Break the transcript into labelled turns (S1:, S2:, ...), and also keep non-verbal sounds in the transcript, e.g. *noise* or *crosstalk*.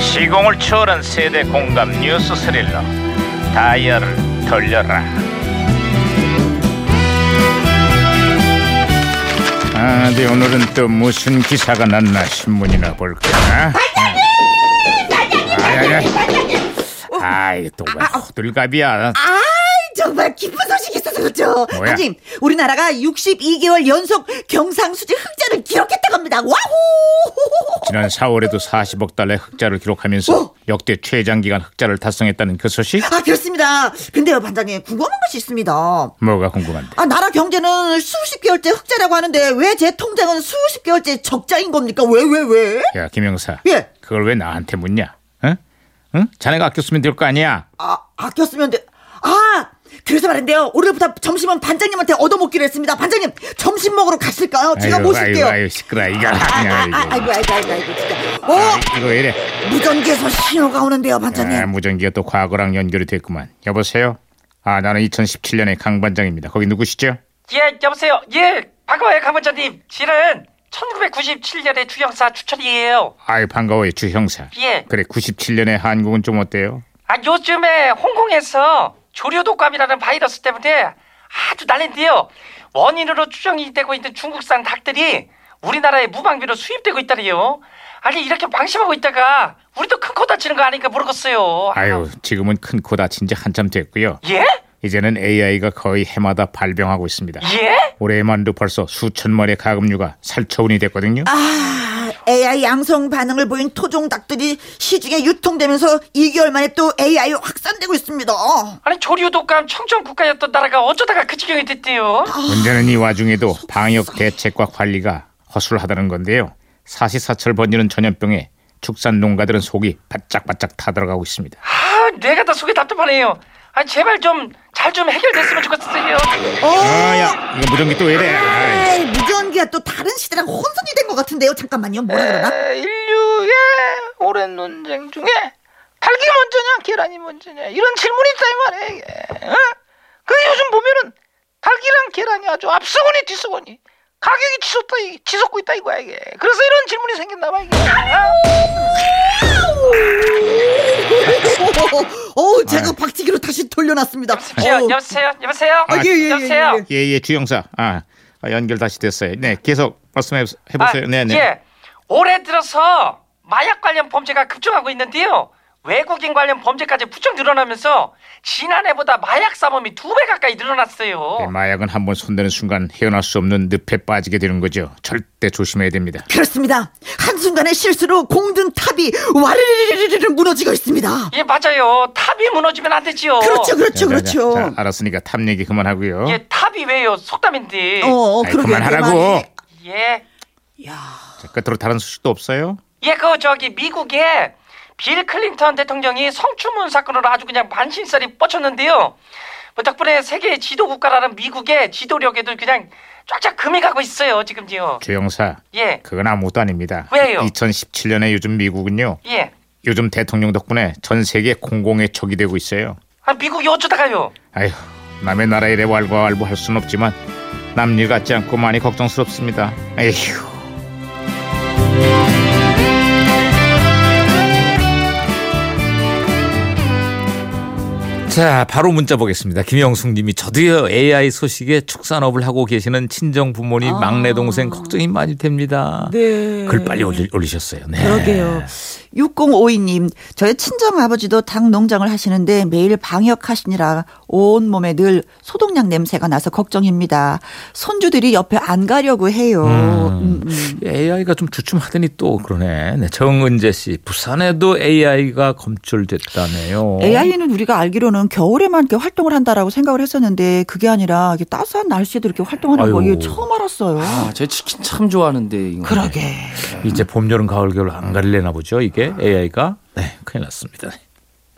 S1: 시공을 초월한 세대 공감 뉴스 스릴러 다이얼을 돌려라 아, 네 오늘은 또 무슨 기사가 났나 신문이나 볼까? 아, 반장님! 반장님! 어? 아이 또왜 호들갑이야
S2: 아이 정말 기쁜 소식이 있어서 그렇죠.
S1: 뭐야?
S2: 반장님, 우리나라가 62개월 연속 경상수지 흑자를 기록했다고 합니다. 와우!
S1: 지난 4월에도 40억 달러의 흑자를 기록하면서
S2: 어?
S1: 역대 최장기간 흑자를 달성했다는 그 소식?
S2: *laughs* 아 그렇습니다. 근데요 반장님 궁금한 것이 있습니다. 아
S1: 뭐가 궁금한데?
S2: 나라 경제는 수십 개월째 흑자라고 하는데 왜 제 통장은 수십 개월째 적자인 겁니까? 왜 왜 왜?
S1: 야 김영사
S2: 예.
S1: 그걸 왜 나한테 묻냐 응? 응? 자네가 아껴 쓰면 될 거 아니야
S2: 아 아꼈으면 돼. 아 그래서 말인데요. 오늘부터 점심은 반장님한테 얻어먹기로 했습니다. 반장님 점심 먹으러 가실까요? 제가
S1: 아이고,
S2: 모실게요.
S1: 아이고, 아이고 시끄러 이거
S2: 아, 아,
S1: 그냥
S2: 아,
S1: 이거
S2: 아이고 아이고 아이고 아이고 진짜. 어?
S1: 아, 이거 이래
S2: 무전기에서 신호가 오는데요, 반장님.
S1: 아, 무전기가 또 과거랑 연결이 됐구만 여보세요 아 나는 2017년의 강 반장입니다 거기 누구시죠
S3: 예, 여보세요. 예, 반가워요, 강원장님. 실은 1997년에 주영사 추천이에요.
S1: 아이 반가워요 주 형사
S3: 예.
S1: 그래 97년의 한국은 좀 어때요
S3: 아, 요즘에 홍콩에서 조류독감이라는 바이러스 때문에 아주 난리인데요. 원인으로 추정이 되고 있는 중국산 닭들이 우리나라에 무방비로 수입되고 있다래요. 아니, 이렇게 방심하고 있다가 우리도 큰 코 다치는 거 아닌가 모르겠어요.
S1: 아유 지금은 큰 코 다친 지 한참 됐고요
S3: 예?
S1: 이제는 AI가 거의 해마다 발병하고 있습니다
S3: 예?
S1: 올해만도 벌써 수천 마리의 가금류가 살처분이 됐거든요
S2: 아, AI 양성 반응을 보인 토종 닭들이 시중에 유통되면서 2개월 만에 또 AI 로 확산되고 있습니다. 어.
S3: 아니, 조류독감 청정국가였던 나라가 어쩌다가 그 지경이 됐대요.
S1: 문제는 이 와중에도 방역 대책과 관리가 허술하다는 건데요. 사시사철 번지는 전염병에 축산 농가들은 속이 바짝바짝 타들어가고 있습니다.
S3: 아, 내가 다 속이 답답하네요. 아, 제발 좀 잘 좀 해결됐으면 좋겠어요.
S1: 아,
S2: 어,
S1: 야, 이거 무전기 또 이래. 아이,
S2: 에이, 무전기가 또 다른 시대랑 혼선이 된 것 같은데요. 잠깐만요. 뭐라 그러나? *laughs*
S4: 네, 인류의 오랜 논쟁 중에 닭이 먼저냐 계란이 먼저냐 이런 질문이 있다 이 말이야 이게 어? 그 요즘 보면은 닭이랑 계란이 아주 앞서거니 뒤서거니 가격이 치솟다 이- 치솟고 있다 이거야 이게 그래서 이런 질문이 생겼나 봐 이게
S2: 어우,
S1: 아.
S2: 제가 박치기로 다시 돌려놨습니다.
S3: 여보세요,
S2: 어우.
S3: 여보세요, 여보세요.
S2: 아, 예, 예, 예,
S3: 여보세요.
S2: 예, 예.
S1: 예, 예, 주영사. 아, 아, 연결 다시 됐어요. 네, 계속 말씀해 보세요.
S3: 아,
S1: 네, 네.
S3: 예. 올해 들어서 마약 관련 범죄가 급증하고 있는데요. 외국인 관련 범죄까지 부쩍 늘어나면서 지난해보다 마약 사범이 두 배 가까이 늘어났어요.
S1: 네, 마약은 한번 손대는 순간 헤어날 수 없는 늪에 빠지게 되는 거죠. 절대 조심해야 됩니다.
S2: 그렇습니다. 한순간의 실수로 공든 탑이 와르르르르 무너지고 있습니다.
S3: 예, 맞아요. 탑이 무너지면 안 되지요.
S2: 그렇죠,
S1: 자,
S2: 그렇죠,
S1: 자, 네, 자,
S2: 그렇죠.
S1: 자, 알았으니까 탐 얘기 그만하고요.
S3: 예, 탑이 왜요? 속담인데.
S2: 어, 어,
S1: 아이,
S2: 그러게요.
S1: 그만하라고.
S3: 예.
S1: 자, 끝으로 다른 소식도 없어요?
S3: 예, 그 저기 미국에 빌 클린턴 대통령이 성추문 사건으로 아주 그냥 만신살이 뻗쳤는데요. 뭐 덕분에 세계 지도 국가라는 미국의 지도력에도 그냥 쫙쫙 금이 가고 있어요 지금요.
S1: 주영사.
S3: 예,
S1: 그건 아무것도 아닙니다.
S3: 왜요?
S1: 2017년에 요즘 미국은요.
S3: 예.
S1: 요즘 대통령 덕분에 전 세계 공공의 적이 되고 있어요.
S3: 아 미국이 어쩌다가요?
S1: 아휴, 남의 나라 일에 왈가왈부 할 수는 없지만 남일 같지 않고 많이 걱정스럽습니다. 에휴.
S5: 자, 바로 문자 보겠습니다. 김영숙님이 저도요 AI 소식에 축산업을 하고 계시는 친정 부모님 막내 동생 걱정이 많이 됩니다.
S2: 아. 네.
S5: 글 빨리 올리, 올리셨어요. 네.
S2: 그러게요. 6052님, 저희 친정 아버지도 닭 농장을 하시는데 매일 방역하시느라 온 몸에 늘 소독약 냄새가 나서 걱정입니다. 손주들이 옆에 안 가려고 해요. 음, 음.
S5: AI가 좀 주춤하더니 또 그러네. 네, 정은재 씨, 부산에도 AI가 검출됐다네요.
S2: AI는 우리가 알기로는 겨울에만 이렇게 활동을 한다라고 생각을 했었는데 그게 아니라 이게 따스한 날씨에도 이렇게 활동하는 거
S5: 아이고.
S2: 이거 처음 알았어요.
S6: 아, 제 치킨 참 좋아하는데. 이거.
S2: 그러게.
S5: 이제 봄, 여름, 가을, 겨울 안 가릴래나 보죠. 이게 AI가 네, 큰일 났습니다.